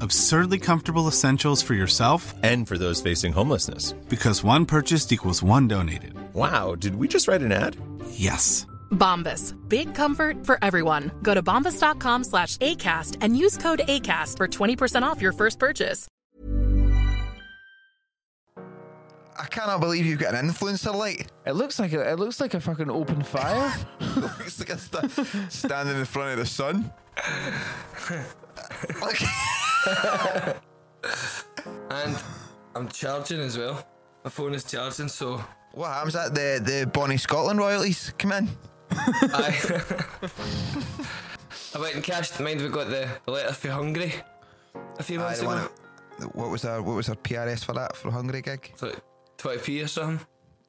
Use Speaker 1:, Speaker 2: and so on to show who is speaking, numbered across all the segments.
Speaker 1: Absurdly comfortable essentials for yourself
Speaker 2: And for those facing homelessness.
Speaker 1: because one purchased equals one donated.
Speaker 2: Wow, did we just write an ad?
Speaker 1: Yes.
Speaker 3: Bombas. Big comfort for everyone. Go to bombas.com slash ACAST and use code ACAST for 20% off your first purchase.
Speaker 4: I cannot believe you've got an influencer light.
Speaker 5: It looks like a, it looks like a fucking open fire.
Speaker 4: Looks like a sta- standing in front of the sun. Look,
Speaker 6: And I'm charging as well. My phone is charging, so
Speaker 4: what happens at the the Bonnie Scotland royalties? Come in.
Speaker 6: I I went and cashed. Mind we got the, the letter for Hungary a few
Speaker 4: Aye,
Speaker 6: months
Speaker 4: the
Speaker 6: ago.
Speaker 4: one- What was our what was our PRS for that for Hungry gig?
Speaker 6: It's like 20p or something.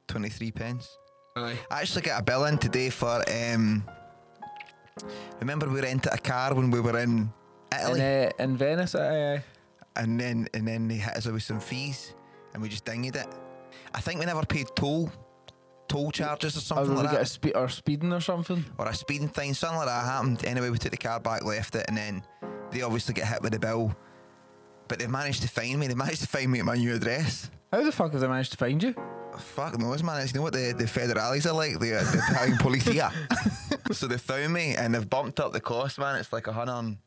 Speaker 4: Twenty three pence.
Speaker 6: Aye.
Speaker 4: I actually got a bill in today for. um Remember we rented a car when we were in Italy,
Speaker 5: in, uh, in Venice, I,
Speaker 4: and then and then they hit us with some fees, and we just dinged it. I think we never paid toll toll charges or
Speaker 5: I
Speaker 4: something
Speaker 5: would
Speaker 4: like
Speaker 5: Oh, get a
Speaker 4: that,
Speaker 5: speed or speeding or something.
Speaker 4: or a speeding thing. Something like that happened. Anyway, we took the car back, left it, and then they obviously get hit with the bill. But they managed to find me. They managed to find me at my new address.
Speaker 5: How the fuck have they managed to find you?
Speaker 4: Fuck knows, man. It's, you know what the, the federales are like? The, uh, the Italian polizia. so they found me and they've bumped up the cost, man. It's like 100, and-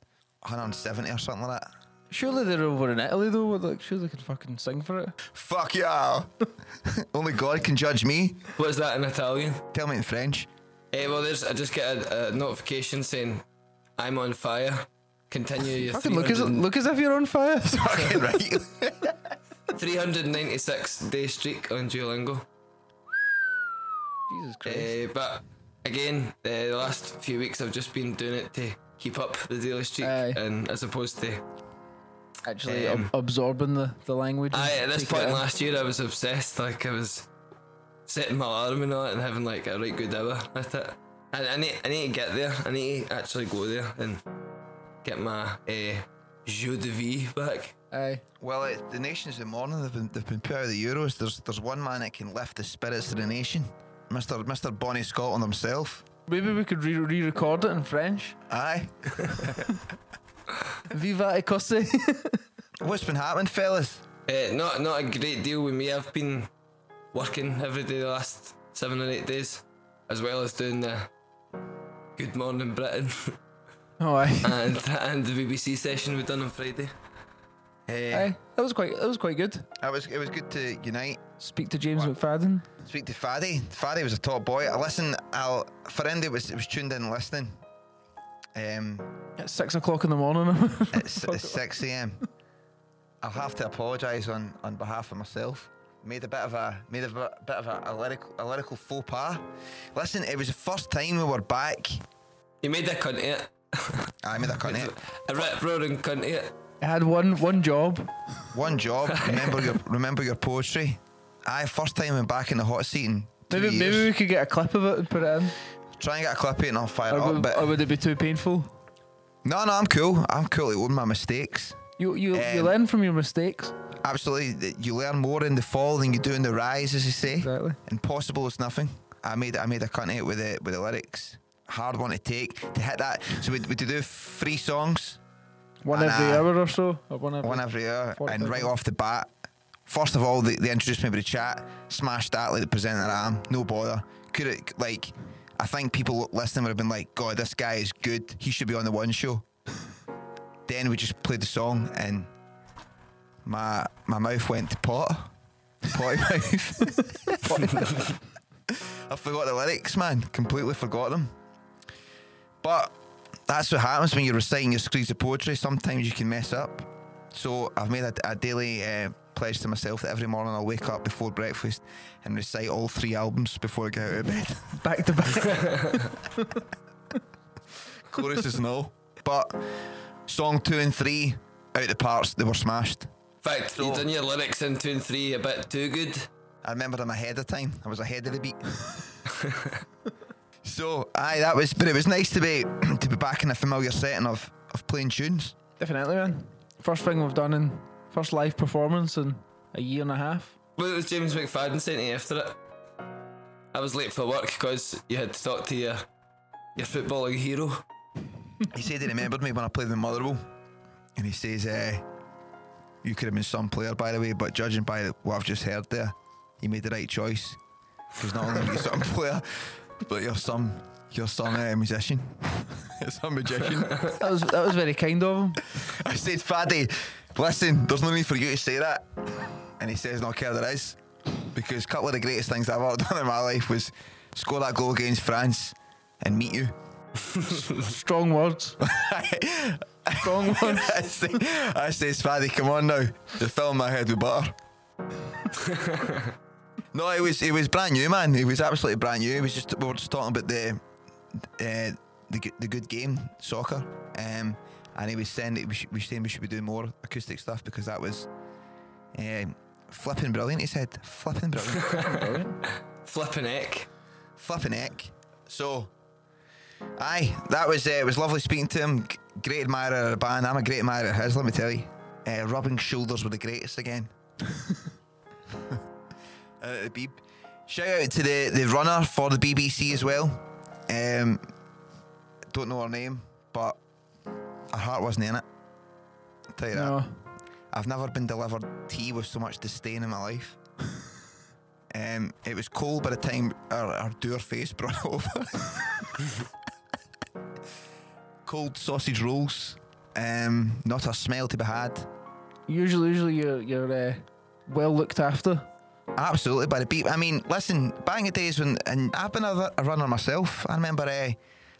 Speaker 4: 170 or something like that.
Speaker 5: Surely they're over in Italy though. Like, surely they could fucking sing for it.
Speaker 4: Fuck yeah. Only God can judge me.
Speaker 6: What's that in Italian?
Speaker 4: Tell me in French.
Speaker 6: Eh, well, there's. I just get a, a notification saying I'm on fire. Continue your
Speaker 5: Fucking look as
Speaker 6: 300
Speaker 5: look as if you're on fire.
Speaker 4: Fucking right.
Speaker 6: 396 day streak on Duolingo.
Speaker 5: Jesus Christ.
Speaker 6: Eh, but again, eh, the last few weeks I've just been doing it to keep up the daily streak,
Speaker 5: Aye.
Speaker 6: and as opposed to
Speaker 5: Actually,
Speaker 6: um,
Speaker 5: ab- absorbing the the language. and
Speaker 6: I at this
Speaker 5: taking it
Speaker 6: point
Speaker 5: in.
Speaker 6: last year I was obsessed. Like I was setting my alarm and all that and having like a right good hour with it. And I need I need to get there. I need to actually go there and get my uh, jeu de vie back.
Speaker 5: Aye.
Speaker 4: well, it, the nation's in mourning. They've been, they've been put out of the Euros. There's, there's one man that can lift the spirits of the nation. Mr. Mr. Bonnie Scotland himself.
Speaker 5: Maybe we could re- re-record it in French.
Speaker 4: Aye.
Speaker 5: Viva et Cosse.
Speaker 4: What's been happening, fellas?
Speaker 6: Eh, not not a great deal with me. I've been working every day the last seven or eight days, as well as doing the Good Morning Britain
Speaker 5: oh aye.
Speaker 6: and and the BBC session we done on Friday. Eh,
Speaker 5: aye. That was quite. That was quite good.
Speaker 4: It was, it was good to unite.
Speaker 5: Speak to James McFadden.
Speaker 4: Speak to Faddy. Faddy was a top boy. I listen. I'll Ferendi was was tuned in listening. Um,
Speaker 5: At six o'clock in the morning.
Speaker 4: at, s- at six a.m. eh? I'll have to apologise on, on behalf of myself. Made a bit of a made a bit, bit of a, a lyrical a lyrical faux pas. Listen, it was the first time we were back.
Speaker 6: you made a cunt of it.
Speaker 4: I made that cunt it.
Speaker 6: A rip roaring cunt of it.
Speaker 5: I had one one job.
Speaker 4: One job. Remember your remember your poetry. I first time I'm back in the hot seat in two
Speaker 5: Maybe
Speaker 4: years.
Speaker 5: maybe we could get a clip of it and put it in.
Speaker 4: Try and get a clip of it and I'll fire it
Speaker 5: Or
Speaker 4: up.
Speaker 5: would,
Speaker 4: Oh, But
Speaker 5: or would it be too painful?
Speaker 4: no, no, I'm cool. I'm cool. It wasn't my mistakes.
Speaker 5: You you, you
Speaker 4: Um,
Speaker 5: learn from your mistakes.
Speaker 4: Absolutely. th- You learn more in the fall than you do in the rise, as you say.
Speaker 5: Exactly.
Speaker 4: Impossible is nothing. I made I made a cunt out with the with the lyrics. Hard one to take to hit that. So we we do three songs.
Speaker 5: One
Speaker 4: And,
Speaker 5: every
Speaker 4: uh,
Speaker 5: hour or so? Or one every,
Speaker 4: one every hour,
Speaker 5: 40
Speaker 4: and right
Speaker 5: minutes?
Speaker 4: off the bat, first of all, they, they introduced me with the chat, smashed that like the presenter I am, no bother. Could it like? I think people listening would have been like, "God, this guy is good. He should be on the one show." then we just played the song, and my my mouth went to pot, potty mouth. Potty mouth. I forgot the lyrics, man. Completely forgot them. But that's what happens when you're reciting your screeds of poetry. Sometimes you can mess up. So I've made a, a daily uh, pledge to myself that every morning I'll wake up before breakfast and recite all three albums before I get out of bed.
Speaker 5: Back to back.
Speaker 4: Chorus is no. But song two and three, out the parts, they were smashed.
Speaker 6: Fact, you
Speaker 4: So-
Speaker 6: done your lyrics in two and three a bit too good.
Speaker 4: I remembered I'm ahead of time. I was ahead of the beat. so aye, that was but it was nice to be to be back in a familiar setting of of playing tunes.
Speaker 5: Definitely, man. First thing we've done in first live performance in a year and a half.
Speaker 6: What was James McFadden saying to you after it? I was late for work because you had to talk to your your footballing hero.
Speaker 4: He said he remembered me when I played with Motherwell, and he says, uh, "You could have been some player, by the way, but judging by what I've just heard there, you made the right choice. Because not only are you some player, but you're some you're some uh, musician, you're some magician."
Speaker 5: That was that was very kind of him.
Speaker 4: I said, Faddy, listen, there's no need for you to say that. And he says, No care there is. Because a couple of the greatest things I've ever done in my life was score that goal against France and meet you.
Speaker 5: Strong words. Strong words.
Speaker 4: I say, I says, Faddy, come on now. You're filling my head with butter. no, it was it was brand new, man. It was absolutely brand new. It was just we were just talking about the uh, the g- the good game soccer, um, and he was saying that we should, we saying we should be doing more acoustic stuff because that was um, flipping brilliant. He said, flipping brilliant.
Speaker 6: Flipping heck.
Speaker 4: flipping heck. So, aye, that was uh, it. Was lovely speaking to him. G- Great admirer of the band. I'm a great admirer of his. Let me tell you, uh, rubbing shoulders with the greatest again. uh, the beep. Shout out to the the runner for the BBC as well. Um, don't know her name, but her heart wasn't in it. I'll tell you that.
Speaker 5: No.
Speaker 4: I've never been delivered tea with so much disdain in my life. um, it was cold by the time our, our door face brought over. cold sausage rolls. Um, not a smell to be had.
Speaker 5: Usually, usually you're you're uh, well looked after.
Speaker 4: Absolutely by the beat. I mean, listen, bang of days when, and I've been a, a runner myself. I remember uh,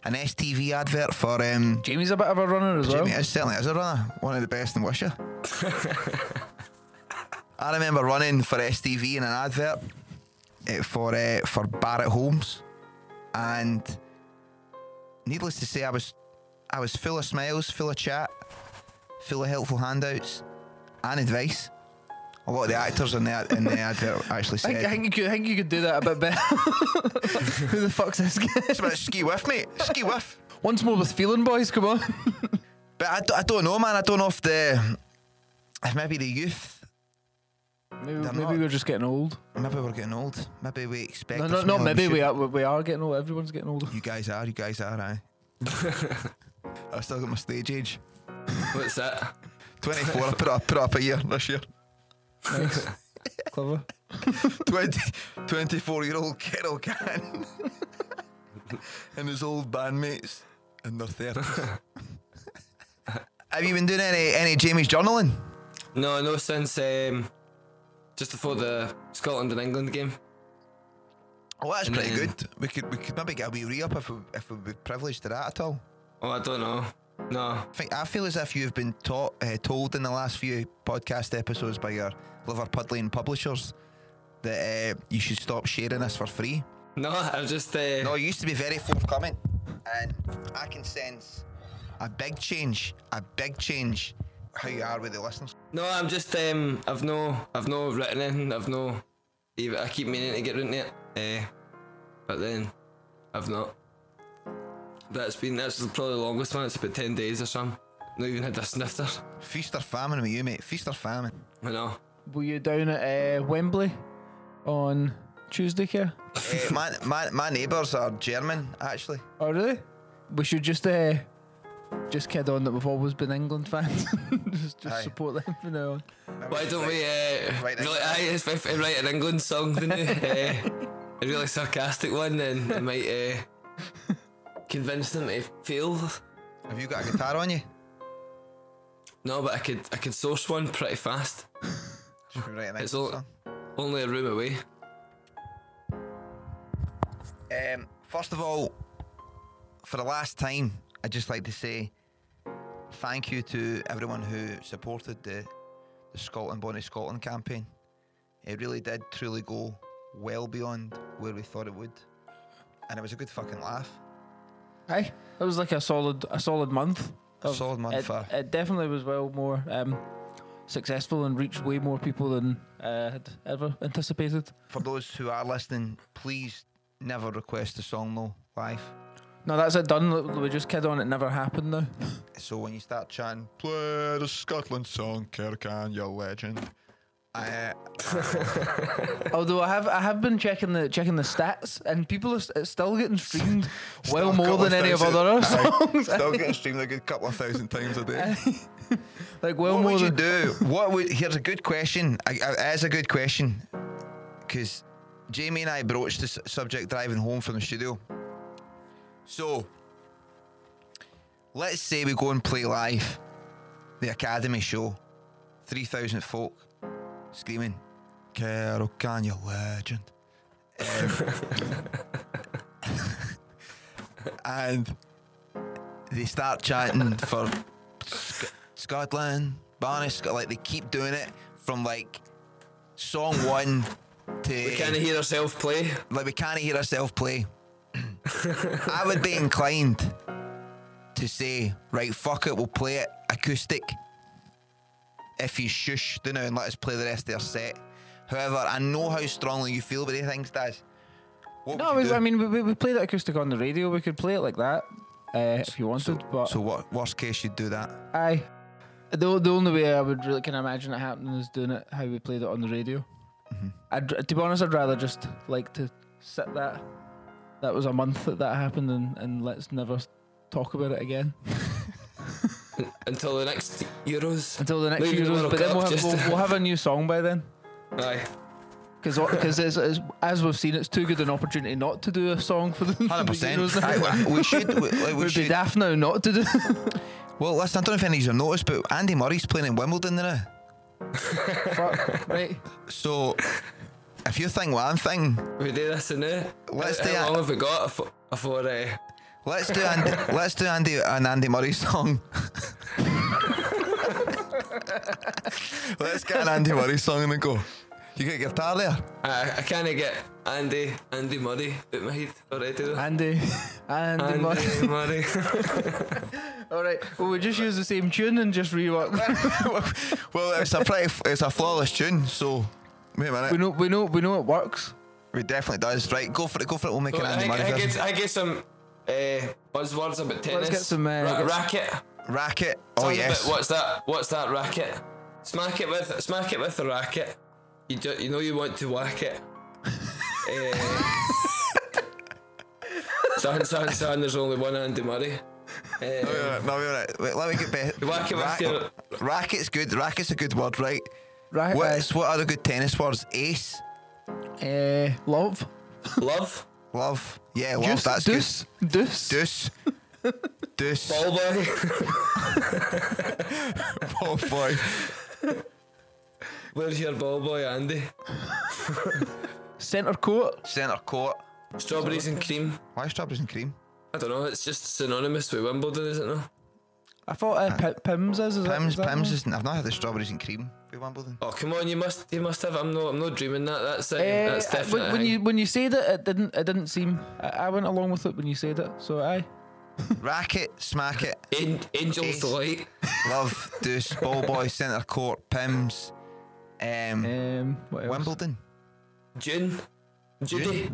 Speaker 4: an STV advert for um,
Speaker 5: Jamie's a bit of a runner as well.
Speaker 4: Jimmy is certainly is a runner, one of the best in Wisher. I remember running for STV in an advert eh, for uh, for Barrett Holmes, and needless to say, I was I was full of smiles, full of chat, full of helpful handouts and advice. A lot of the actors in the in the advert actually
Speaker 5: I think, I
Speaker 4: said,
Speaker 5: think you could I think you could do that a bit better. Who the fuck's this guy?
Speaker 4: "It's about ski with, mate. Ski with."
Speaker 5: Once more with feeling, boys. Come on.
Speaker 4: But I, d- I don't know, man. I don't know if the if maybe the youth
Speaker 5: Maybe,
Speaker 4: They're
Speaker 5: maybe
Speaker 4: not-
Speaker 5: we're just getting old.
Speaker 4: Maybe we're getting old. Maybe we expect.
Speaker 5: No,
Speaker 4: the
Speaker 5: no, no
Speaker 4: smell
Speaker 5: maybe
Speaker 4: should-
Speaker 5: we are, we are getting old. Everyone's getting older.
Speaker 4: You guys are. You guys are. Aye. I still got my stage age.
Speaker 6: What's that?
Speaker 4: Twenty four. I put it up. Put it up a year this year.
Speaker 5: Nice. Clever.
Speaker 4: 20, 24 year old kettle can and his old bandmates and their therapists. Have you been doing any any Jamie's journaling?
Speaker 6: No, no since um, just before the Scotland and England game.
Speaker 4: Oh, that's
Speaker 6: And
Speaker 4: pretty
Speaker 6: then-
Speaker 4: good. We could we could maybe get a wee re up if we if we were privileged to that at all.
Speaker 6: Oh, I don't know. No,
Speaker 4: I think- I feel as if you've been taught, uh, told in the last few podcast episodes by your Liverpudlian publishers that uh, you should stop sharing this for free.
Speaker 6: no, I've just uh,
Speaker 4: No, you used to be very forthcoming, and I can sense a big change, a big change how you are with the listeners.
Speaker 6: No, I'm just um, I've no, I've no written anything. I've no, even I keep meaning to get written it, eh, but then I've not. That's been that's probably the longest one. It's about ten days or something. Not even had a snifter.
Speaker 4: Feast or famine with you, mate. Feast or famine.
Speaker 6: I know.
Speaker 5: Were you down at uh, Wembley on Tuesday, Care?
Speaker 6: Eh,
Speaker 4: uh, my my, my neighbours are German, actually.
Speaker 5: Oh, really? We should just uh, Just kid on that we've always been England fans. just just
Speaker 4: Aye.
Speaker 5: support them from now on.
Speaker 6: Why don't we uh,
Speaker 4: Right,
Speaker 6: really,
Speaker 4: England.
Speaker 6: aye, if, if, if write an England song, then uh, a really sarcastic one, and it might uh, convince them to feel.
Speaker 4: Have you got a guitar on you?
Speaker 6: No, but I could I could source one pretty fast.
Speaker 4: Should we write an
Speaker 6: It's
Speaker 4: England
Speaker 6: all-
Speaker 4: song?
Speaker 6: Only a room away.
Speaker 4: Um, first of all, for the last time, I'd just like to say thank you to everyone who supported the, the Scotland Bonnie Scotland campaign. It really did truly go well beyond where we thought it would. And it was a good fucking laugh.
Speaker 5: Aye, that was like a solid a solid month.
Speaker 4: A solid month
Speaker 5: It,
Speaker 4: for-
Speaker 5: it definitely was well more um, successful and reached way more people than uh, had ever anticipated.
Speaker 4: For those who are listening, please never request a song though live.
Speaker 5: No, that's it done. We just kid on. It never happened now.
Speaker 4: So when you start chanting, play the Scotland song, Kirk and your legend. I,
Speaker 5: Although I have I have been checking the checking the stats and people are s- it's still getting streamed well
Speaker 4: Still a
Speaker 5: more
Speaker 4: couple
Speaker 5: than any of
Speaker 4: thousand-
Speaker 5: other
Speaker 4: Aye,
Speaker 5: songs.
Speaker 4: Still getting streamed a good couple of thousand times a day.
Speaker 5: like well
Speaker 4: what
Speaker 5: more
Speaker 4: would you
Speaker 5: than
Speaker 4: do? What would? Here's a good question. I, I, it is a good question because Jamie and I broached this subject driving home from the studio. So, let's say we go and play live, the Academy show, three thousand folk screaming, "Carol, can you legend?" Um, and they start chanting for Sc- Scotland, Barney, Sc- like they keep doing it from like song one to
Speaker 6: We can't hear ourselves play.
Speaker 4: like we can't hear ourselves play. I would be inclined to say, right, fuck it, we'll play it acoustic. If you shush the now and let us play the rest of our set. However, I know how strongly you feel about these things, Daz. What
Speaker 5: No,
Speaker 4: would you
Speaker 5: we,
Speaker 4: do?
Speaker 5: I mean we- we, we played it acoustic on the radio. We could play it like that uh, if you wanted. but
Speaker 4: so what? Worst case, you'd do that.
Speaker 5: aye, the o- the only way I would really can imagine it happening is doing it how we played it on the radio.
Speaker 4: Mm-hmm.
Speaker 5: I'd, to be honest, I'd rather just like to sit that. That was a month that that happened, and, and let's never s- talk about it again.
Speaker 6: Until the next Euros.
Speaker 5: until the next
Speaker 6: Maybe the
Speaker 5: Euros.
Speaker 6: World
Speaker 5: But then
Speaker 6: Cup,
Speaker 5: we'll have,
Speaker 6: just-
Speaker 5: we'll, we'll have a new song by then.
Speaker 6: Aye.
Speaker 5: Because as we've seen, it's too good an opportunity not to do a song for the for the
Speaker 4: Hundred percent.
Speaker 5: Euros now.
Speaker 4: We should. We, like, we
Speaker 5: Would
Speaker 4: should.
Speaker 5: be daft now not to do.
Speaker 4: Well, listen. I don't know if any of you have noticed, but Andy Murray's playing in Wimbledon now.
Speaker 5: Fuck, right.
Speaker 4: So, if you think one thing,
Speaker 6: We do this and now.
Speaker 4: Let's
Speaker 6: how,
Speaker 4: do
Speaker 6: how
Speaker 4: it.
Speaker 6: long have we got before, before uh,
Speaker 4: let's do Andy, let's do Andy an Andy Murray song. let's get an Andy Murray song and then go. You got your guitar there?
Speaker 6: I, I kind of get Andy Andy Murray out my head already. though.
Speaker 5: Andy, Andy,
Speaker 6: Andy
Speaker 5: Murray.
Speaker 6: Murray.
Speaker 5: All right. Well, we just use the same tune and just rework.
Speaker 4: well, it's a pretty, it's a flawless tune. So, wait a minute.
Speaker 5: we
Speaker 4: We,
Speaker 5: know, we know, we know it works.
Speaker 4: definitely does. Right, go for it. Go for it. We'll make
Speaker 6: Well,
Speaker 4: an
Speaker 6: I,
Speaker 4: Andy Murray
Speaker 6: I,
Speaker 4: version.
Speaker 6: get, I get some uh, buzzwords about tennis.
Speaker 5: get some, uh,
Speaker 6: Ra-
Speaker 5: let's-
Speaker 6: racket.
Speaker 4: Racket.
Speaker 6: Tell
Speaker 4: Oh
Speaker 6: us a
Speaker 4: yes.
Speaker 6: bit, what's that? What's that racket? Smack it with smack it with a racket. You do, you know you want to whack it. Eh, son, son, son. There's only one Andy Murray. Eh,
Speaker 4: No, we're all right. Uh, No, we're all right. Wait, let me get better.
Speaker 6: Whack it with your-
Speaker 4: Racket's good. Racket's a good word, right?
Speaker 5: Right.
Speaker 4: What's, what are the good tennis words? Ace,
Speaker 5: Uh, love.
Speaker 6: love.
Speaker 4: love. Yeah, love.
Speaker 5: Juice,
Speaker 4: that's
Speaker 5: deuce, deuce.
Speaker 4: good. Deuce. Deuce.
Speaker 6: Ball boy.
Speaker 4: Oh boy.
Speaker 6: Where's your ball boy, Andy?
Speaker 5: Centre court.
Speaker 4: Centre court.
Speaker 6: Strawberries and cream.
Speaker 4: Why strawberries and cream?
Speaker 6: I don't know. It's just synonymous with Wimbledon, is it not?
Speaker 5: I thought uh, P- Pims is. is that,
Speaker 4: Pims,
Speaker 5: is that
Speaker 4: Pims
Speaker 5: one?
Speaker 4: isn't. I've not had the strawberries and cream with Wimbledon.
Speaker 6: Oh come on, you must you must have. I'm not I'm not dreaming that. That's it.
Speaker 5: Eh,
Speaker 6: that's
Speaker 5: I-
Speaker 6: definitely.
Speaker 5: when, when you when you said it, it didn't it didn't seem. I, I went along with it when you said it. So aye.
Speaker 4: Racket, smack it,
Speaker 6: An- Angels
Speaker 4: Ace.
Speaker 6: delight.
Speaker 4: love, deuce, ball boy, centre court, Pims, um,
Speaker 5: Um, what else?
Speaker 4: Wimbledon.
Speaker 6: June. Judy.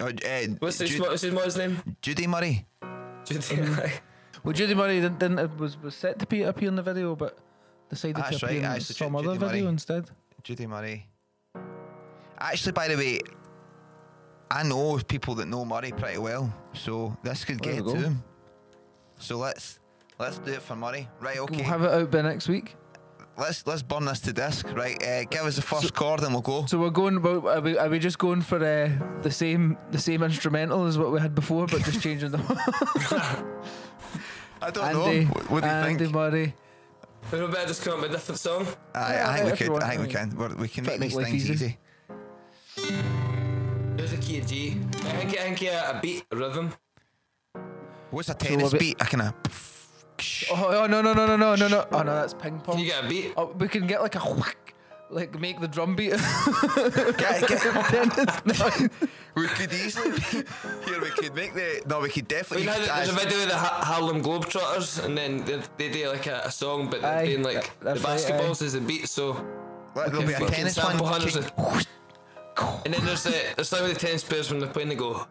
Speaker 4: Oh, eh,
Speaker 6: What's his,
Speaker 4: Ju-
Speaker 6: what's his mother's name?
Speaker 4: Judy Murray.
Speaker 6: Judy. aye.
Speaker 5: Um, Well, Judy Murray didn't, didn't it was was set to be, appear in the video, but decided
Speaker 4: That's
Speaker 5: to appear
Speaker 4: right, aye,
Speaker 5: in
Speaker 4: so Ju-
Speaker 5: some
Speaker 4: Judy
Speaker 5: other video
Speaker 4: Murray.
Speaker 5: instead.
Speaker 4: Judy Murray. Actually, by the way, I know people that know Murray pretty well, so this could
Speaker 5: There
Speaker 4: get
Speaker 5: we
Speaker 4: to
Speaker 5: go.
Speaker 4: him. So let's Let's do it for Murray. Right, okay.
Speaker 5: We'll have it out by next week.
Speaker 4: let's let's burn this to disc. Right, uh, give us the first chord and we'll go.
Speaker 5: So we're going. well, Are we, are we just going for uh, the same the same instrumental as what we had before, but just changing the
Speaker 4: I don't
Speaker 5: Andy,
Speaker 4: know. What, what do you
Speaker 5: Andy
Speaker 4: think?
Speaker 5: Murray.
Speaker 6: We better just come up with a different song.
Speaker 4: I, I think we
Speaker 5: if you
Speaker 4: could.
Speaker 5: want,
Speaker 4: I think we
Speaker 5: I
Speaker 4: can. We're, we can make these
Speaker 5: Life
Speaker 4: things easy.
Speaker 5: easy.
Speaker 6: Here's a key of G. I think, I think yeah, a beat, a rhythm.
Speaker 4: What's a tennis
Speaker 5: bit-
Speaker 4: beat? I kind of.
Speaker 5: Oh, oh no no no no no no no! Oh no, that's ping
Speaker 6: Can
Speaker 5: pong.
Speaker 6: you get a beat?
Speaker 5: Oh, we can get like a whack, like make the drum beat.
Speaker 4: Get, get,
Speaker 5: No.
Speaker 4: we could easily. Here we could make the. No, we could
Speaker 6: We
Speaker 4: definitely.
Speaker 6: know that there's a
Speaker 4: aye.
Speaker 6: video of the ha- Harlem Globetrotters, and then they, they do like a, a song, but they're
Speaker 5: Aye,
Speaker 6: doing like
Speaker 5: that- that's
Speaker 6: the
Speaker 5: right,
Speaker 6: basketballs as a beat. So
Speaker 4: Let- There'll be a
Speaker 6: fucking
Speaker 4: tennis one.
Speaker 6: sample hundreds
Speaker 4: Kick-
Speaker 6: and then there's the there's some of the tennis players when they're playing, they go.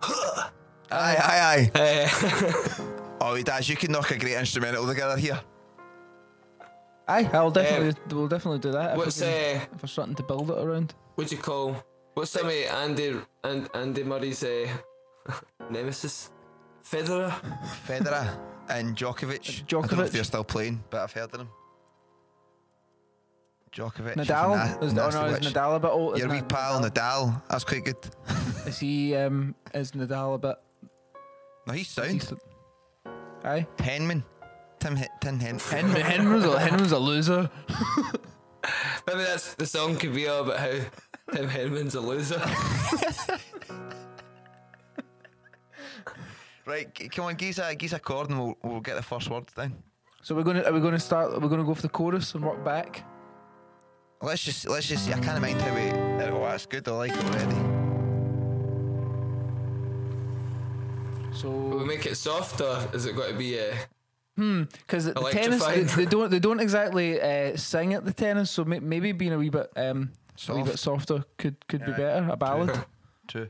Speaker 4: Aye, aye, aye.
Speaker 6: Eh,
Speaker 4: Oh, Daz, you can knock a great instrumental together here.
Speaker 5: Aye, I'll definitely we'll definitely do that. If,
Speaker 6: uh, what's
Speaker 5: we can,
Speaker 6: uh,
Speaker 5: if we're starting to build it around.
Speaker 6: what do you call what's some of Andy and Andy Murray's uh, nemesis? Federer.
Speaker 4: Federer and Djokovic. I don't know if
Speaker 5: Djokovic.
Speaker 4: they're still playing, but I've heard of them. Djokovic. is
Speaker 5: Nadal.
Speaker 4: na-
Speaker 5: Is, oh
Speaker 4: nasty
Speaker 5: no, is
Speaker 4: witch.
Speaker 5: Nadal a bit old?
Speaker 4: Your
Speaker 5: Isn't
Speaker 4: wee
Speaker 5: that-
Speaker 4: pal Nadal. That's quite good.
Speaker 5: Is he? Um, is Nadal a bit?
Speaker 4: No, he's sound.
Speaker 5: Aye.
Speaker 4: Henman. Tim H- Tin Hen.
Speaker 5: Henry, Henry's, a, Henry's a loser.
Speaker 6: Maybe that's the song could be all about how Tim Henman's a loser.
Speaker 4: Right, c- come on, give us a, give us a chord and we'll, we'll get the first words down.
Speaker 5: So we're gonna are we gonna start? We're gonna go for the chorus and work back.
Speaker 4: Let's just let's just see. I can't mind how we. Oh, that's good. I like it already.
Speaker 6: Will we
Speaker 5: So
Speaker 6: make it soft, or is it got to be? Uh,
Speaker 5: because Hmm, the tennis
Speaker 6: Electrifying.
Speaker 5: they, they don't they don't exactly uh, sing at the tennis, so may, maybe being a wee bit um a wee
Speaker 4: Soft.
Speaker 5: bit softer could could be better. A ballad.
Speaker 4: True.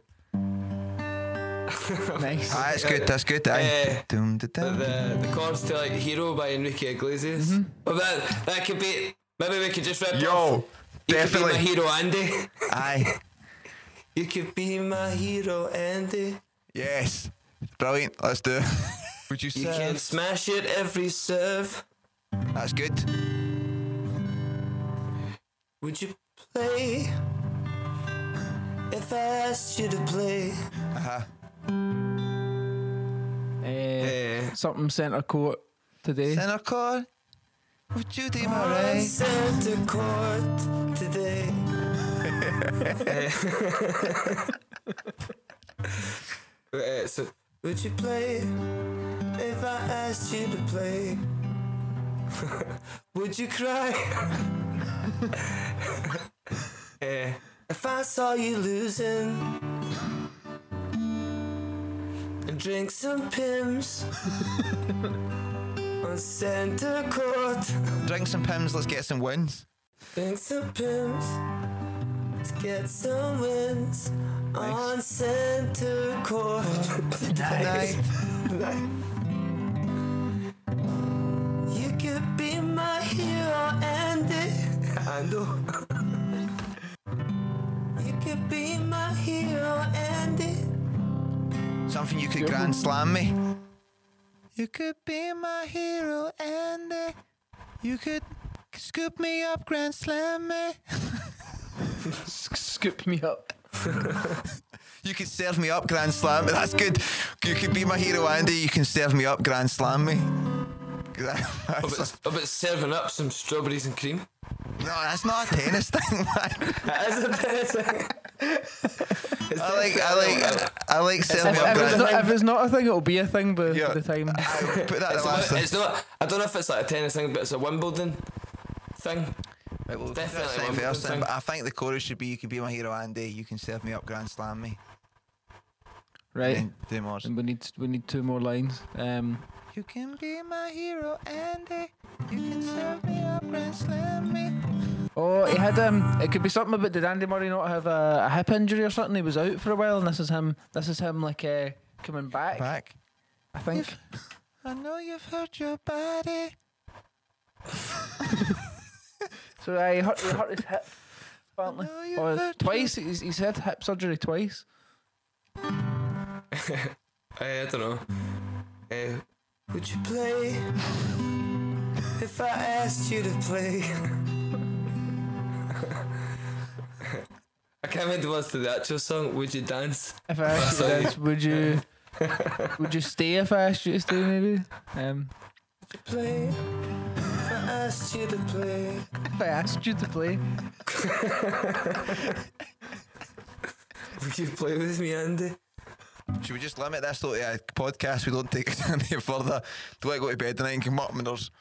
Speaker 5: nice.
Speaker 4: Ah, that's good. That's good. Aye.
Speaker 6: Eh,
Speaker 4: Dum, da,
Speaker 6: the,
Speaker 4: dum, dum.
Speaker 6: the the chords to like Hero by Enrique Iglesias.
Speaker 5: Mm-hmm.
Speaker 6: Well, that that could be. Maybe we could just rip off.
Speaker 4: Yo,
Speaker 6: You could be my
Speaker 4: definitely.
Speaker 6: hero, Andy.
Speaker 4: Aye.
Speaker 6: You could be my hero, Andy.
Speaker 4: Yes. Brilliant. Let's do. it. Would you
Speaker 6: You
Speaker 4: say
Speaker 6: can smash it every serve.
Speaker 4: that's good?
Speaker 6: Would you play? If I asked you to play,
Speaker 4: Uh huh.
Speaker 5: Uh,
Speaker 6: eh,
Speaker 5: something centre court today.
Speaker 4: Center chord. Would you do my
Speaker 6: on
Speaker 4: right?
Speaker 6: center court today. Eh, so, would you play if I asked you to play? would you cry Eh, if I saw you losing? And drink some pims on center court.
Speaker 4: Drink some pims. Let's get some wins.
Speaker 6: Drink some pims to get some wins on center court.
Speaker 4: Nice.
Speaker 6: You could be my hero, Andy. I know. you could be my hero, Andy.
Speaker 4: Something you could grand slam me. You could be my hero, Andy. You could scoop me up, grand slam me.
Speaker 5: Scoop me up.
Speaker 4: You could serve me up, grand slam me. That's good. You could be my hero, Andy. You can serve me up, grand slam me. Grand-
Speaker 6: About serving up some strawberries and cream.
Speaker 4: no, that's not a tennis thing, man.
Speaker 6: As a person.
Speaker 4: I like, I like, I like serving
Speaker 5: If,
Speaker 4: me up,
Speaker 5: if it's
Speaker 4: grand.
Speaker 5: not, if it's not a thing, it'll be a thing by
Speaker 4: Yeah.
Speaker 5: by the time.
Speaker 4: I put that in the last
Speaker 6: It's, not,
Speaker 4: thing.
Speaker 6: it's not. I don't know if it's like a tennis thing, but it's a Wimbledon thing.
Speaker 4: Right, well,
Speaker 6: Definitely
Speaker 4: that's the
Speaker 6: Wimbledon
Speaker 4: first thing,
Speaker 6: thing.
Speaker 4: but I think the chorus should be "You could be my hero, Andy. You can serve me up, grand slam me."
Speaker 5: Right.
Speaker 4: Then do more.
Speaker 5: And we need we need two more lines. Um,
Speaker 4: You can be my hero, Andy. You can serve me up, grand slam me.
Speaker 5: oh, he had um. It could be something about did Andy Murray not have a, a hip injury or something? He was out for a while, and this is him. This is him like uh, coming back.
Speaker 4: Back.
Speaker 5: I think.
Speaker 4: I know you've hurt your body.
Speaker 5: So uh, he, hurt, he hurt his hip. Apparently.
Speaker 4: know you
Speaker 5: Or
Speaker 4: hurt
Speaker 5: twice. He's, he's had hip surgery twice.
Speaker 6: I, I don't know. Uh, Would you play if I asked you to play? I can't remember the words to the actual song. Would you dance?
Speaker 5: If I asked you this, would you would you stay if I asked you to stay maybe? Um
Speaker 6: Play. If I asked you to play.
Speaker 5: if I asked you to play.
Speaker 6: Would you play with me, Andy?
Speaker 4: Should we just limit this though to a podcast? We don't take it any further. Do I go to bed tonight and come up and there's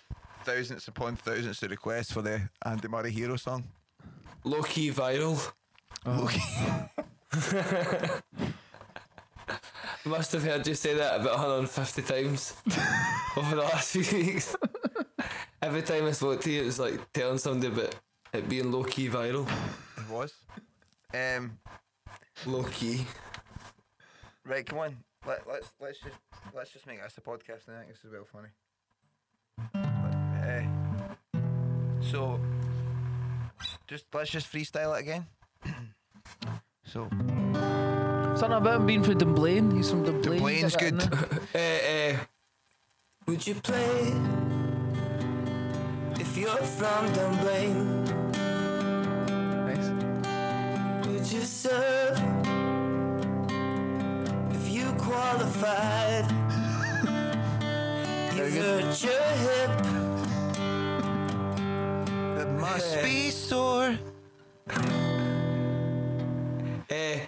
Speaker 4: thousands upon thousands of requests for the Andy Murray Hero song?
Speaker 6: Low key viral.
Speaker 5: Oh.
Speaker 6: Must have heard you say that about 150 times over the last few weeks. Every time I spoke to you, it was like telling somebody about it being low key viral.
Speaker 4: It was. Um,
Speaker 6: Low key.
Speaker 4: right, come on. Let, let's let's just let's just make this a podcast. and I think this is well funny. Uh, so, just let's just freestyle it again. so,
Speaker 5: Something about him being from Dunblane. He's from Dunblane.
Speaker 4: Dunblane's
Speaker 5: Get that in
Speaker 4: good.
Speaker 5: there.
Speaker 6: Uh, uh, would you play if you're from Dunblane?
Speaker 5: Nice.
Speaker 6: Would you serve if you qualified? you hurt your hip.
Speaker 4: it must be sore.
Speaker 6: Eh,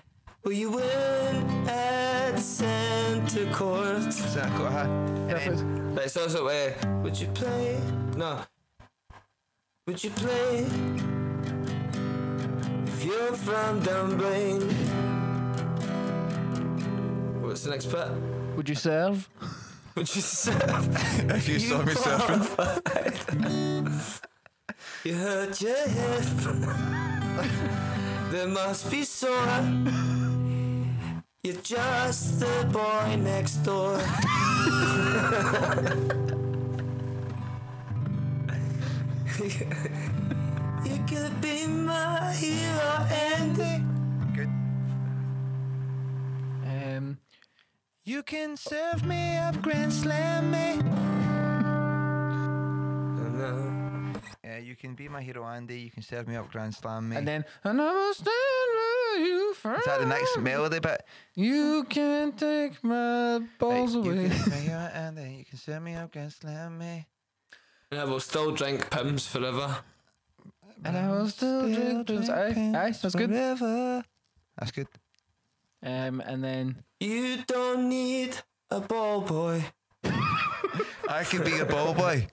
Speaker 6: will you win at center court?
Speaker 4: Is that Uh-huh. got a-
Speaker 5: Perfect.
Speaker 6: Like, so, so, uh, would you play? No. Would you play? If you're from Dunblane. What's the next part?
Speaker 5: Would you serve?
Speaker 6: Would you serve?
Speaker 4: If you saw me surfing.
Speaker 6: You hurt your hip. there must be sore. You're just the boy next door. you could be my hero, Andy.
Speaker 5: Um
Speaker 4: You can serve me up, grand slam me. Yeah, you can be my hero, Andy. You can serve me up, grand slam me.
Speaker 5: and then and I will stand by you forever.
Speaker 4: Is that the next melody bit?
Speaker 5: You can take my balls
Speaker 4: Right,
Speaker 5: away.
Speaker 4: You can be my hero, Andy. You can serve me up, grand slam me.
Speaker 6: And I will still drink Pims forever.
Speaker 5: and I will still drink dreams. Aye, aye, that's good.
Speaker 4: Forever. That's good.
Speaker 5: Um and then
Speaker 6: You don't need a ball boy.
Speaker 4: I can be your ball boy.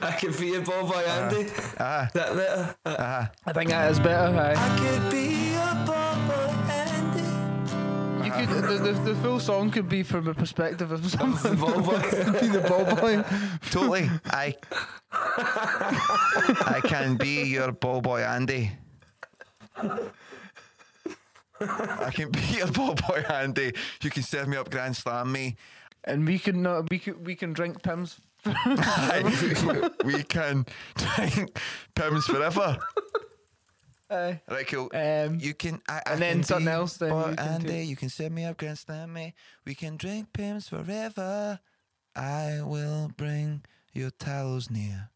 Speaker 6: I could be a ball boy, Andy.
Speaker 4: Ah,
Speaker 6: That better.
Speaker 4: Uh-huh.
Speaker 5: I think that is better. Aye.
Speaker 6: I could be a ball boy, Andy.
Speaker 5: You could
Speaker 4: Uh-huh.
Speaker 5: the, the, the full song could be from a perspective of someone.
Speaker 6: Ball boy.
Speaker 5: be the ball boy.
Speaker 4: totally. I. I can be your ball boy, Andy. I can be your ball boy, Andy. You can serve me up, grand slam me.
Speaker 5: And we can not we could we can drink pims.
Speaker 4: Aye, we can drink pims forever.
Speaker 5: Aye.
Speaker 4: Right, cool.
Speaker 5: Um,
Speaker 4: you can, I, I
Speaker 5: and then
Speaker 4: can
Speaker 5: something
Speaker 4: be
Speaker 5: else then
Speaker 4: Boy
Speaker 5: you can
Speaker 4: Andy,
Speaker 5: do.
Speaker 4: you can send me up, Grand Slam me. We can drink pims forever. I will bring your towels near.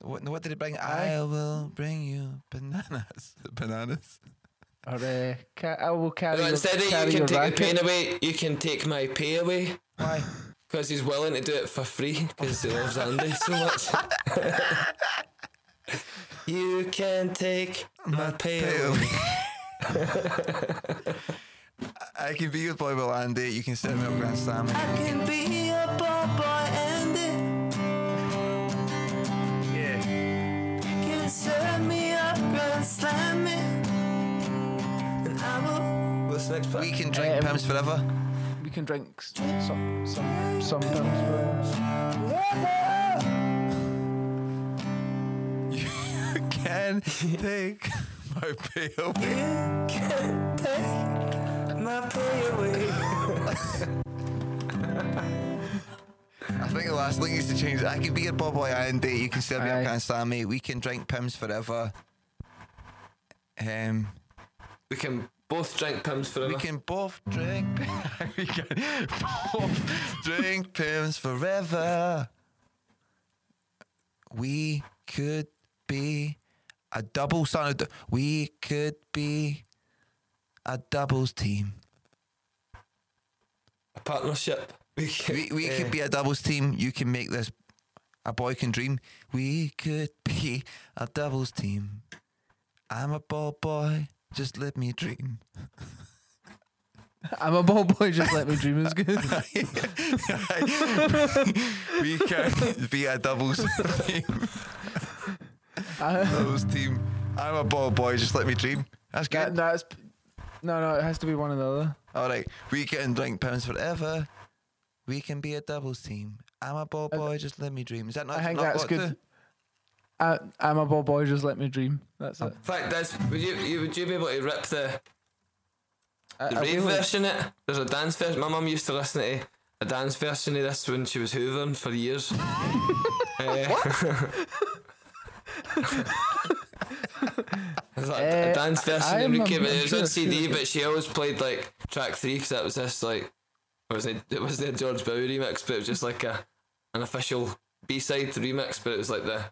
Speaker 4: What, what did it bring? I, will bring you bananas. bananas.
Speaker 5: Or uh, ca- I will carry.
Speaker 6: Well,
Speaker 5: your-
Speaker 6: instead of you
Speaker 5: carry
Speaker 6: can
Speaker 5: your
Speaker 6: take
Speaker 5: racket.
Speaker 6: the pain away, you can take my pay away.
Speaker 4: Why?
Speaker 6: Because he's willing to do it for free because he loves Andy so much. you can take my pay away.
Speaker 4: I can be your boy, Will Andy. You can send me up, Grand Slam me.
Speaker 6: I can be a ball boy, Andy.
Speaker 4: Yeah.
Speaker 6: You can serve me up and slam me. And I will. What's the next part?
Speaker 4: We can drink
Speaker 5: Um,
Speaker 4: pims forever.
Speaker 5: We can drink s- some some some pims.
Speaker 4: You can take my pay away.
Speaker 6: You can take my pay away.
Speaker 4: I think the last thing is to change. I can be your Bob Boy Andy. You can serve me
Speaker 5: Aye.
Speaker 4: up, can't stand me. We can drink pims forever. Um,
Speaker 6: We can Both drink pims
Speaker 4: We
Speaker 6: forever.
Speaker 4: can both drink. we can both drink pims forever. We could be a double son. Of, we could be a doubles team.
Speaker 6: A partnership. We, can,
Speaker 4: We, we
Speaker 6: eh,
Speaker 4: could be a doubles team. You can make this. A boy can dream. We could be a doubles team. I'm a ball boy. Just let me dream.
Speaker 5: I'm a ball boy. Just let me dream is good.
Speaker 4: we can be a doubles team.
Speaker 5: I-
Speaker 4: doubles team. I'm a ball boy. Just let me dream. That's
Speaker 5: that,
Speaker 4: good.
Speaker 5: that's no, no. It has to be one or the other.
Speaker 4: All right. We can drink pounds forever. We can be a doubles team. I'm a ball boy. Just let me dream. Is that not?
Speaker 5: I think
Speaker 4: not
Speaker 5: that's
Speaker 4: got
Speaker 5: good.
Speaker 4: to?
Speaker 5: I, I'm a ball boy. Just let me dream. That's it.
Speaker 6: In fact, that's, would you, you would you be able to rip the
Speaker 5: I-
Speaker 6: the
Speaker 5: I
Speaker 6: rave
Speaker 5: will.
Speaker 6: version? It there's a dance version. My mum used to listen to a dance version of this when she was hoovering for years. Eh, There's like a
Speaker 5: Eh,
Speaker 6: dance
Speaker 5: I-
Speaker 6: version.
Speaker 5: I'm- I'm-
Speaker 6: in Wicked, but
Speaker 5: I'm
Speaker 6: it was
Speaker 5: sure
Speaker 6: on
Speaker 5: it's
Speaker 6: CD,
Speaker 5: good.
Speaker 6: but she always played like track three because that was this like it was it it was a George Bowie remix, but it was just like a an official B side remix, but it was like the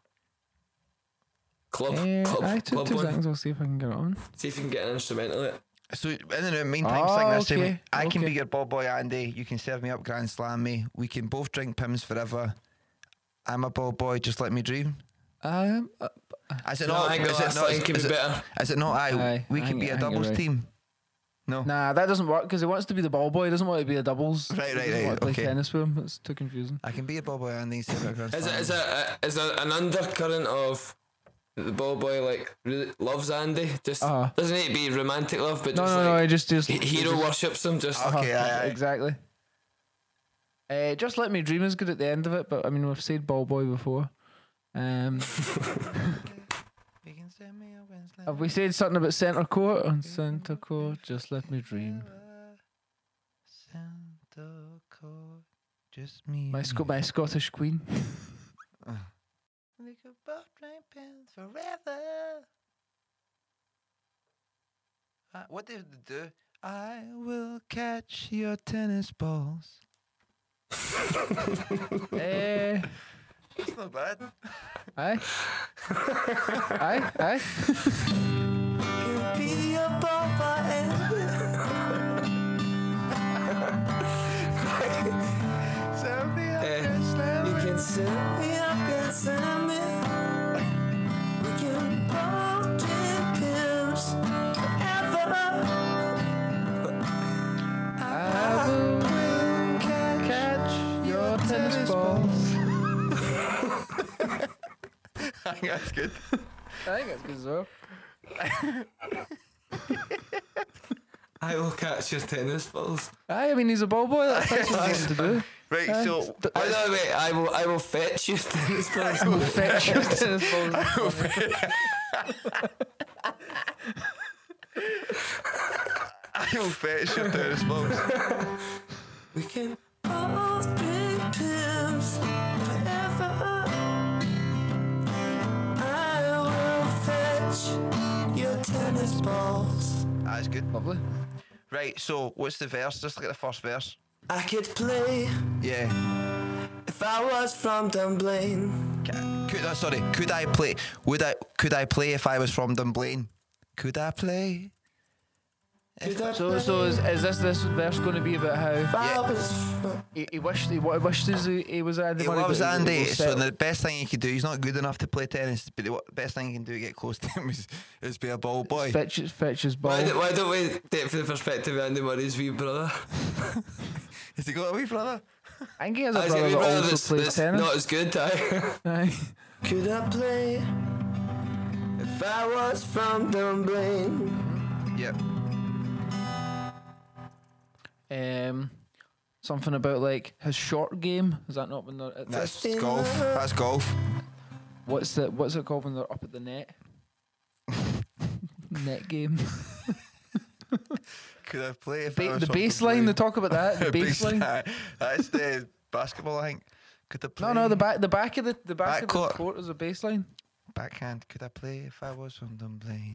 Speaker 6: club
Speaker 5: Eh,
Speaker 6: club,
Speaker 5: I took
Speaker 6: club
Speaker 5: two
Speaker 6: one.
Speaker 5: seconds. I'll see if I can get it on.
Speaker 6: See if you can get an instrumental. It.
Speaker 4: So in the meantime,
Speaker 5: Oh,
Speaker 4: sing this to me.
Speaker 5: okay,
Speaker 4: I can be
Speaker 5: okay.
Speaker 4: your ball boy, Andy. You can serve me up, grand slam me. We can both drink pims forever. I'm a ball boy. Just let me dream.
Speaker 5: Um, uh,
Speaker 4: Is it
Speaker 6: No,
Speaker 4: not?
Speaker 6: I think
Speaker 4: is it
Speaker 6: that's
Speaker 4: not?
Speaker 6: like could
Speaker 4: is,
Speaker 6: be
Speaker 4: it,
Speaker 6: better.
Speaker 4: is it not? I.
Speaker 5: Aye,
Speaker 4: we
Speaker 5: I
Speaker 4: can
Speaker 5: think- I think
Speaker 4: be a
Speaker 5: you're
Speaker 4: doubles
Speaker 5: right.
Speaker 4: team. No.
Speaker 5: nah, that doesn't work because he wants to be the ball boy. He doesn't want to be a doubles.
Speaker 4: Right,
Speaker 5: He
Speaker 4: right,
Speaker 5: doesn't
Speaker 4: right,
Speaker 5: want to play
Speaker 4: okay.
Speaker 5: tennis with him. It's too confusing.
Speaker 4: I can be a ball boy, Andy. Serve me up, grand
Speaker 6: Is
Speaker 5: Um,
Speaker 4: slam
Speaker 6: it is
Speaker 4: me.
Speaker 6: it a, is it an undercurrent of the ball boy like really loves Andy? Just
Speaker 5: Uh-huh.
Speaker 6: doesn't need to be romantic love, but
Speaker 5: No,
Speaker 6: just
Speaker 5: no, no.
Speaker 6: like
Speaker 5: I just just
Speaker 6: he- hero worships him. Just
Speaker 4: Uh-huh. Okay, aye, aye.
Speaker 5: exactly. Uh, just let me dream is good at the end of it, but I mean we've said ball boy before. Um,
Speaker 4: You can serve me up, grand slam
Speaker 5: have we said something about centre court on centre court? Just let me dream.
Speaker 4: Santo Claus, just me.
Speaker 5: My
Speaker 4: and
Speaker 5: Sc-
Speaker 4: you.
Speaker 5: my Scottish Queen.
Speaker 4: We could both drink pins forever. Uh, what did it do? I will catch your tennis balls.
Speaker 5: Eh,
Speaker 4: That's not bad.
Speaker 5: aye, aye, aye.
Speaker 4: Be your papa
Speaker 6: Eh, you can sit me up and slam me. We can both drink pills forever.
Speaker 5: I will catch your tennis balls.
Speaker 4: That's good.
Speaker 5: I think that's good as well.
Speaker 6: I will catch your tennis balls.
Speaker 5: Aye, I mean he's a ball boy. That's that's what he's to do.
Speaker 4: Right,
Speaker 5: Aye.
Speaker 4: so
Speaker 5: Th-
Speaker 6: Oh no, wait! I will. I will fetch your tennis balls.
Speaker 5: Fetch your tennis balls.
Speaker 4: I will fetch your tennis balls.
Speaker 6: We can both drink pills forever. I will fetch your tennis balls.
Speaker 4: That's good.
Speaker 5: Lovely.
Speaker 4: Right, so what's the verse? Just look at the first verse.
Speaker 6: I could play
Speaker 4: Yeah.
Speaker 6: if I was from Dunblane.
Speaker 4: Could uh, sorry? Could I play? Would I? Could I play if I was from Dunblane? Could I play?
Speaker 6: Could I
Speaker 5: So, so is, is this this verse going to be about how
Speaker 6: I
Speaker 4: Yeah.
Speaker 6: was from-
Speaker 5: he, he wished he, wa- wished his, he, he was Andy
Speaker 4: He
Speaker 5: Murray,
Speaker 4: loves
Speaker 5: but he- he
Speaker 4: Andy,
Speaker 5: was
Speaker 4: so
Speaker 5: settled.
Speaker 4: the best thing he could do, he's not good enough to play tennis, but the wa- best thing he can do to get close to him is, is be a ball boy.
Speaker 5: fetch his- fetch his ball.
Speaker 6: Why, don't- why don't we do it from the perspective of Andy Murray's wee brother?
Speaker 4: Has he got a wee brother?
Speaker 5: I think he has a
Speaker 6: He's got
Speaker 5: brother that also
Speaker 6: that's,
Speaker 5: plays
Speaker 6: that's
Speaker 5: tennis.
Speaker 6: not as good, aye.
Speaker 5: Aye.
Speaker 6: Could I play if I was from Dunblane?
Speaker 4: Yep.
Speaker 5: um, something about like his short game. Is that not when they're at
Speaker 4: That's
Speaker 6: Fifteen
Speaker 4: golf.
Speaker 6: love.
Speaker 4: That's golf.
Speaker 5: What's the what's it called when they're up at the net? net game.
Speaker 4: Could I play if I
Speaker 5: Ba-
Speaker 4: was
Speaker 5: the
Speaker 4: from
Speaker 5: baseline. They
Speaker 4: Dunblane?
Speaker 5: talk about that. The baseline.
Speaker 4: Baseline. That's the basketball, I think. Could I play?
Speaker 5: No, no. The back. The back of the the back of
Speaker 4: Backcourt.
Speaker 5: the court is a baseline.
Speaker 4: backhand. Could I play if I was from Dunblane?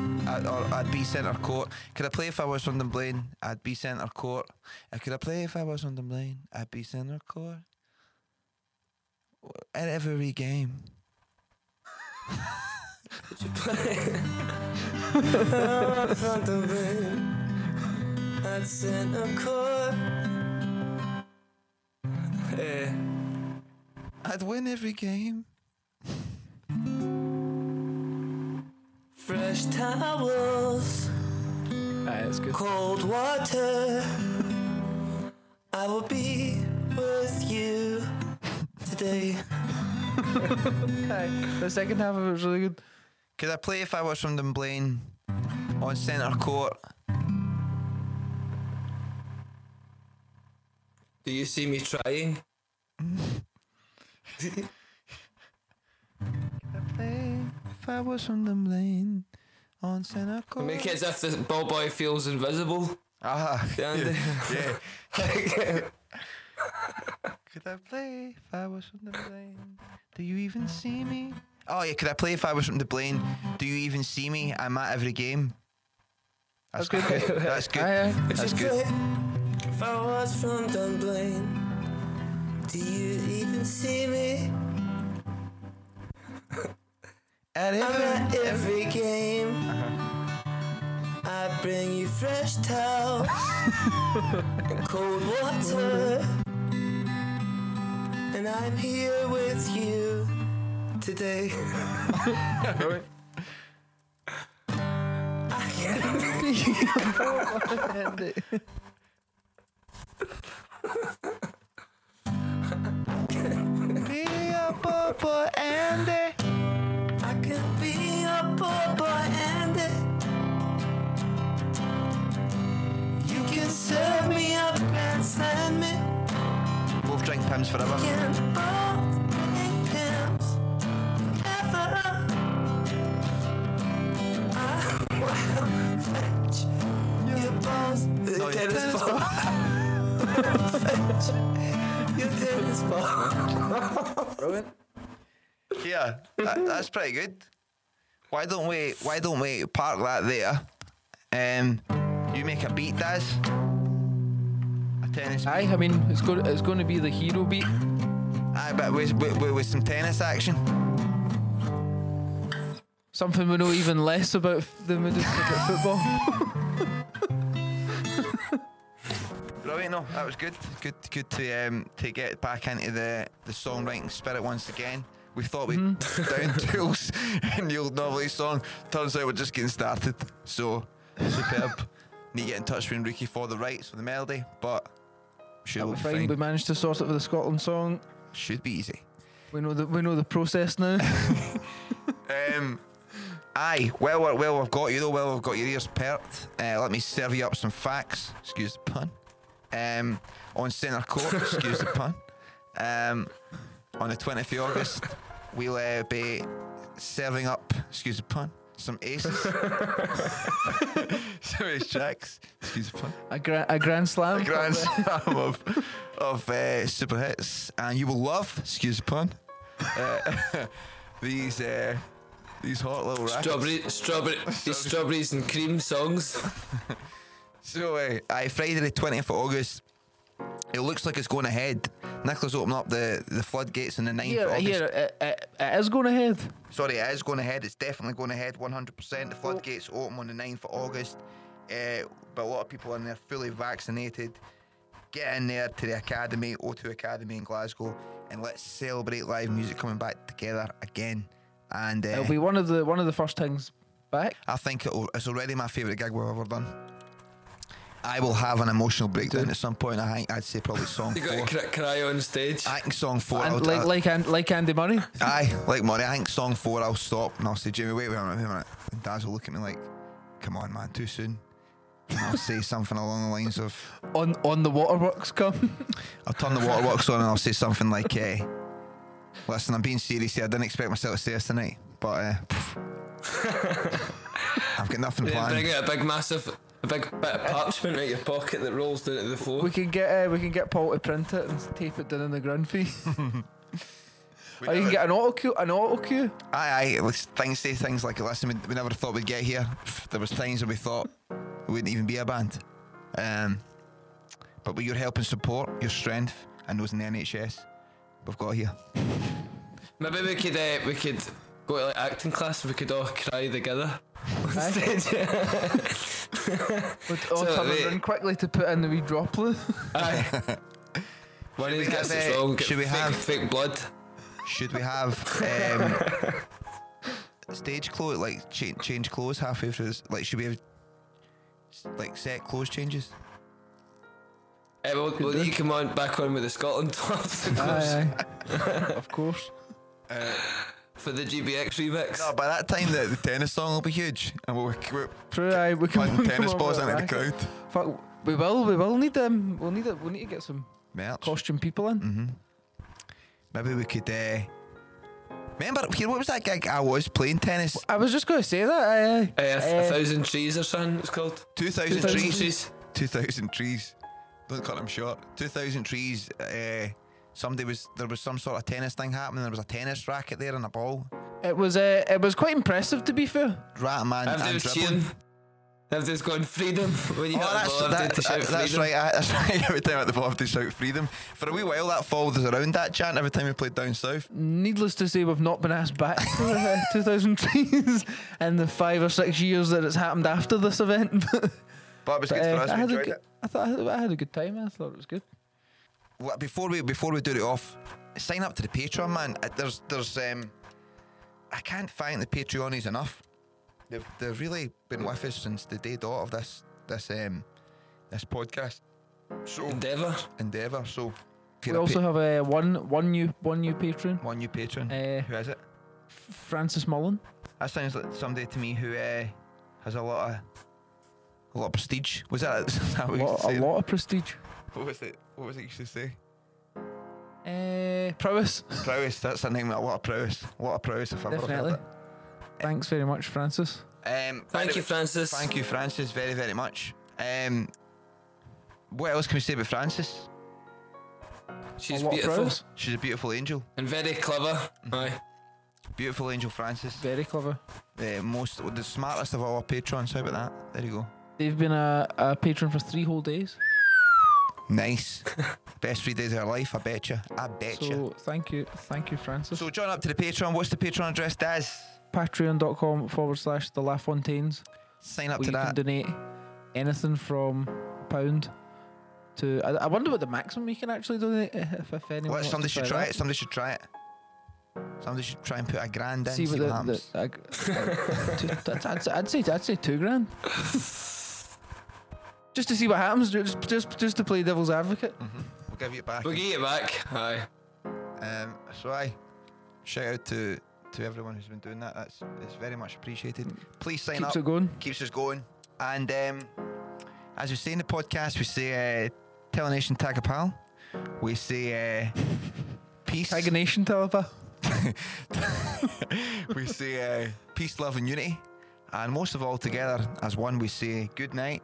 Speaker 4: I'd, or I'd be centre court. Could I play if I was on Dunblane? I'd be centre court. Uh, Could I play if I was on Dunblane? I'd be centre court. W- At every game.
Speaker 6: Would you play? if I was from Dunblane at Centre Court. Eh,
Speaker 4: I'd win every game.
Speaker 6: fresh towels.
Speaker 5: Aye, that's good.
Speaker 6: Cold water. I will be with you today.
Speaker 5: The second half of it was really good.
Speaker 4: Could I play if I was from Dunblane? On centre court.
Speaker 6: Do you see me trying?
Speaker 4: Play if I was from Dunblane. On centre court.
Speaker 6: Make it as if the ball boy feels invisible.
Speaker 4: Ah,
Speaker 6: Andy. Yeah.
Speaker 4: Could I play if I was from the plane? Do you even see me? Oh yeah, could I play if I was from the plane? Do you even see me? I'm at every game. That's, good. That's good.
Speaker 5: Aye, aye.
Speaker 4: That's good.
Speaker 6: If I was from Dunblane, do you even see me?
Speaker 4: And if I-
Speaker 6: every game.
Speaker 4: Uh-huh.
Speaker 6: I bring you fresh towels and cold water. And I'm here with you today. I can't.
Speaker 4: be a bubble Andy.
Speaker 6: I could be a poor boy and You can serve me up and send me
Speaker 4: Both drink pims forever.
Speaker 6: in bowling pins forever. I will fetch your balls.
Speaker 4: No,
Speaker 6: Your
Speaker 4: your
Speaker 6: tennis
Speaker 4: tennis
Speaker 6: ball. Fetch Your tennis ball.
Speaker 4: Yeah, that, that's pretty good. Why don't we? Why don't we park that there? Um, you make a beat, Daz. A tennis.
Speaker 5: Aye, I mean it's going it's going to be the hero beat.
Speaker 4: Aye, but with, with, with some tennis action.
Speaker 5: Something we know even less about f- than we did about football.
Speaker 4: Brilliant, no, that was good. Good, good to um, to get back into the the songwriting spirit once again. We thought we would down tools in the old novelty song. Turns out we're just getting started. So superb. Need to get in touch with Enrique for the rights for the melody, but should
Speaker 5: We're
Speaker 4: be
Speaker 5: fine. We
Speaker 4: fine.
Speaker 5: managed to sort it for the Scotland song.
Speaker 4: Should be easy.
Speaker 5: We know the we know the process now.
Speaker 4: Um, aye, well, well, well, I've got you though. Well, I've got your ears perked. Uh, let me serve you up some facts. Excuse the pun. Um, on centre court. excuse the pun. Um, on the 20th of August, we'll uh, be serving up. Excuse the pun. Some aces. some ace jacks. Excuse the pun.
Speaker 5: a grand a grand slam.
Speaker 4: A grand slam of of uh, super hits, and you will love. Excuse the pun. Uh, these. Uh, these hot little rackets.
Speaker 6: Strawberry, strawberry, these strawberries and cream songs.
Speaker 4: So, uh, aye, Friday the 20th of August. It looks like it's going ahead. Nicholas opened up the, the floodgates on the 9th of
Speaker 5: Here,
Speaker 4: August.
Speaker 5: here, it, it, it is going ahead.
Speaker 6: Oh.
Speaker 4: Sorry, it is going ahead. It's definitely going ahead 100%. The floodgates open on the 9th of August. uh, but a lot of people in there fully vaccinated. Get in there to the Academy, O2 Academy in Glasgow, and let's celebrate live music coming back together again. And uh,
Speaker 6: It'll be one of the one of the first things back.
Speaker 4: I think it'll, it's already my favourite gig we've ever done. I will have an emotional breakdown at some point. I think I'd say probably song
Speaker 1: You
Speaker 4: four.
Speaker 1: got to cr- cry on stage.
Speaker 4: I think song four. I
Speaker 6: And
Speaker 4: would-
Speaker 6: like
Speaker 4: I-
Speaker 6: like An- like Andy Murray.
Speaker 4: Aye, like money. I think song four, I'll stop and I'll say, Jamie, wait, wait a minute, wait a minute. And Daz will look at me like, come on, man, too soon. And I'll say something along the lines of,
Speaker 6: On on the waterworks come.
Speaker 4: I'll turn the waterworks on and I'll say something like, eh, listen, I'm being serious here. I didn't expect myself to say this tonight, but uh, I've got nothing
Speaker 1: Then
Speaker 4: planned.
Speaker 1: bring out a big massive, a big bit of parchment out your pocket that rolls down to the floor.
Speaker 6: we can get uh, we can get Paul to print it and tape it down in the ground fee. or you can get an auto cue an auto cue.
Speaker 4: Aye, aye. it was Things say things like, listen, we, we never thought we'd get here. There was times when we thought we wouldn't even be a band. Um, but with your help and support, your strength, and those in the NHS, we've got here.
Speaker 1: Maybe we could uh, we could go to like acting class. and We could all cry together on
Speaker 6: Aye.
Speaker 1: stage.
Speaker 6: Would all
Speaker 1: So
Speaker 6: turn
Speaker 1: they-
Speaker 6: around quickly to put in the wee droplet.
Speaker 1: Aye. One of these
Speaker 4: we
Speaker 1: gets
Speaker 4: have,
Speaker 1: it
Speaker 4: uh,
Speaker 1: wrong. Get
Speaker 4: should we
Speaker 1: fake,
Speaker 4: have-
Speaker 1: fake blood?
Speaker 4: Should we have um, stage clothes, like cha- change clothes halfway through this? Like, should we have like set clothes changes?
Speaker 1: Eh, well, well, you come on back on with the Scotland top
Speaker 6: aye, aye. of course.
Speaker 1: Uh, for the GBX remix.
Speaker 4: No, by that time, the, the tennis song will be huge, and we'll we're
Speaker 6: True, aye. We can
Speaker 4: punting
Speaker 6: come
Speaker 4: tennis
Speaker 6: up
Speaker 4: balls
Speaker 6: with
Speaker 4: into the
Speaker 6: that.
Speaker 4: crowd.
Speaker 6: Fuck, we will. We will need them. We'll need it. We'll need to get some
Speaker 4: Merch. Mm-hmm.
Speaker 6: costume people in.
Speaker 4: Maybe we could. Uh, remember here? What was that gig? I was playing tennis.
Speaker 6: I was just going to say that. Aye,
Speaker 1: Eh,
Speaker 6: aye.
Speaker 1: a,
Speaker 6: Eh,
Speaker 1: a thousand trees or something. It's called.
Speaker 4: Two thousand
Speaker 6: 2,000
Speaker 4: trees.
Speaker 1: trees.
Speaker 4: Two thousand trees. Don't cut them short. Two thousand trees. Uh, somebody was there was some sort of tennis thing happening. There was a tennis racket there and a ball.
Speaker 6: it was. Uh, it was quite impressive, to be fair.
Speaker 4: Rat man and,
Speaker 1: Everyone was
Speaker 4: dribbling.
Speaker 1: cheering. Everyone's going freedom when you
Speaker 4: Oh,
Speaker 1: hit a
Speaker 4: that's,
Speaker 1: ball.
Speaker 4: that,
Speaker 1: That, to shout
Speaker 4: that- that's
Speaker 1: freedom.
Speaker 4: right. I, that's right. Every time at the ball, I have to shout freedom. For a wee while, that fall was around that chant. Every time we played down south,
Speaker 6: Needless to say, we've not been asked back to uh, 2000 trees in the five or six years that it's happened after this event. But,
Speaker 4: but it was good
Speaker 6: eh,
Speaker 4: for us.
Speaker 6: I,
Speaker 4: We
Speaker 6: had a
Speaker 4: enjoyed
Speaker 6: good,
Speaker 4: it.
Speaker 6: I thought I had, I had a good time. I thought it was good.
Speaker 4: Well, before we before we do it off, sign up to the Patreon, man. Uh, There's there's um, I can't find the Patreonies enough. They've they've really been with us since the day dot of this this um this podcast so
Speaker 1: Endeavour.
Speaker 4: endeavor. So if
Speaker 6: We
Speaker 4: you're a
Speaker 6: also
Speaker 4: pa-
Speaker 6: have uh, one one new one new patron,
Speaker 4: one new patron.
Speaker 6: Eh.
Speaker 4: who is it?
Speaker 6: Francis Mullen.
Speaker 4: That sounds like somebody to me who uh, has a lot of a lot of prestige. Was that, is that
Speaker 6: A
Speaker 4: what you
Speaker 6: lot, a
Speaker 4: said?
Speaker 6: lot of prestige.
Speaker 4: What was it? What was it you used to say?
Speaker 6: Uh, prowess,
Speaker 4: Prowess. That's a name. A lot of prowess. A lot of prowess. If I've ever heard
Speaker 6: definitely. Thanks very much, Francis.
Speaker 4: it. Um,
Speaker 1: Thank you,
Speaker 4: anyway-
Speaker 1: Francis.
Speaker 4: Thank you, Francis, very, very much. Um, what else can we say about Francis?
Speaker 1: She's
Speaker 6: a lot
Speaker 1: beautiful
Speaker 6: of prowess.
Speaker 4: She's a beautiful angel.
Speaker 1: and very clever. Aye.
Speaker 4: Beautiful angel, Francis.
Speaker 6: Very clever.
Speaker 4: The most, the smartest of all our patrons. How about that? There you go.
Speaker 6: They've been a, a patron for three whole days.
Speaker 4: Nice. Best three days of our life. I bet you. I bet you.
Speaker 6: So thank you, thank you, Francis.
Speaker 4: So join up to the Patreon. What's the Patreon address, Daz?
Speaker 6: Patreon.com forward slash the LaFontaines.
Speaker 4: Sign up
Speaker 6: where
Speaker 4: to
Speaker 6: you
Speaker 4: that.
Speaker 6: can donate anything from a pound to. I, I wonder what the maximum you can actually donate eh, if, if anyone.
Speaker 4: Well,
Speaker 6: wants
Speaker 4: somebody
Speaker 6: to
Speaker 4: should
Speaker 6: try
Speaker 4: try
Speaker 6: that.
Speaker 4: it. Somebody should try it. Somebody should try and put a grand in.
Speaker 6: See what the,
Speaker 4: happens.
Speaker 6: the I, would I'd say I'd say two grand. just to see what happens. Just just just to play devil's advocate.
Speaker 4: We'll give you it back.
Speaker 1: We'll get you back. Aye.
Speaker 4: Um, so I shout out to to everyone who's been doing that. That's it's very much appreciated. Please sign
Speaker 6: Keeps
Speaker 4: up.
Speaker 6: it going.
Speaker 4: Keeps us going. And um, as we say in the podcast, we say uh, tell a nation tag a pal. We say uh, peace.
Speaker 6: Tag a nation, Talipa.
Speaker 4: we say uh, peace, love, and unity. And most of all, together as one, we say good night.